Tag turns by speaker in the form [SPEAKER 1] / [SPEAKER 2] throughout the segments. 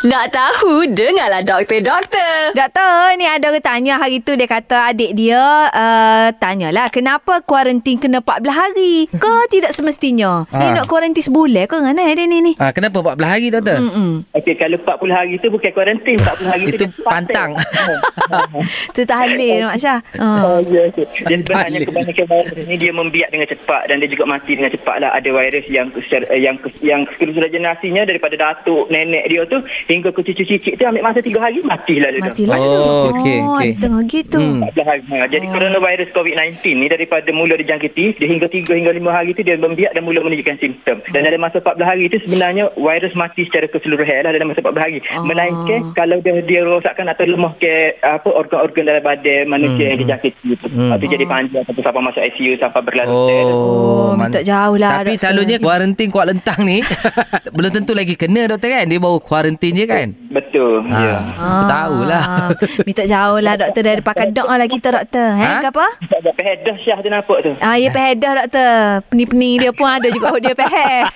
[SPEAKER 1] Nak tahu, dengarlah doktor-doktor.
[SPEAKER 2] Doktor, ni ada orang tanya hari tu dia kata adik dia uh, tanyalah kenapa kuarantin kena 14 hari ke tidak semestinya. Ha. Eh,
[SPEAKER 3] Ha.
[SPEAKER 2] nak kuarantin sebulan ke dengan eh, dia ni ni.
[SPEAKER 3] Ha, kenapa 14 hari doktor?
[SPEAKER 2] Mm-mm.
[SPEAKER 4] Okey, kalau 40 hari tu bukan kuarantin, 40 hari tu
[SPEAKER 3] Itu
[SPEAKER 4] dia parting.
[SPEAKER 3] pantang.
[SPEAKER 2] Tu tahlil Mak Syah. Ha.
[SPEAKER 4] Oh, ya, okey. Dia
[SPEAKER 3] Balik.
[SPEAKER 4] sebenarnya kebanyakan virus ni dia membiak dengan cepat dan dia juga mati dengan cepat lah. Ada virus yang secara- eh, yang yang keseluruhan generasinya daripada datuk, nenek dia tu hingga ke cucu-cicit tu ambil masa 3 hari matilah dia. tu.
[SPEAKER 2] Matilah.
[SPEAKER 3] Oh, okey,
[SPEAKER 2] Oh, ada
[SPEAKER 3] okey.
[SPEAKER 2] setengah gitu.
[SPEAKER 3] Hmm.
[SPEAKER 4] 14 hari. Ha, jadi
[SPEAKER 2] Oh.
[SPEAKER 4] coronavirus COVID-19 ni daripada mula dijangkiti dia hingga 3 hingga 5 hari tu dia membiak dan mula menunjukkan simptom. Dan dalam masa 14 hari tu sebenarnya virus mati secara keseluruhan lah dalam masa 14 hari.
[SPEAKER 2] Ah.
[SPEAKER 4] Melainkan kalau dia dia rosakkan atau lemah ke apa organ-organ dalam badan manusia yang dijangkiti tu.
[SPEAKER 3] Hmm.
[SPEAKER 4] Hmm. Itu jadi panjang sampai sampai masuk ICU sampai berlalu.
[SPEAKER 2] Oh, minta jauh lah, doktor.
[SPEAKER 3] Tapi selalunya kuarantin Kuala Lentang ni belum tentu lagi kena doktor kan. Dia baru kuarantin je kan.
[SPEAKER 4] Betul.
[SPEAKER 3] Ha.
[SPEAKER 4] Ya.
[SPEAKER 3] Aku tahulah.
[SPEAKER 2] Ah, Minta jauh lah doktor dari pakai dok lah kita doktor. Ha?
[SPEAKER 3] Ha? Eh.
[SPEAKER 2] Ke apa?
[SPEAKER 4] Tak pedah syah tu nampak tu.
[SPEAKER 2] Ah, ya peheh dah doktor. Pening-pening dia pun ada juga dia peheh.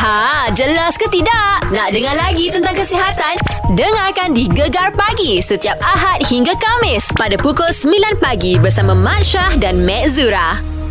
[SPEAKER 1] Ha, jelas ke tidak? Nak dengar lagi tentang kesihatan? Dengarkan di Gegar Pagi setiap Ahad hingga Kamis pada pukul 9 pagi bersama Mat Syah dan Mat Zura.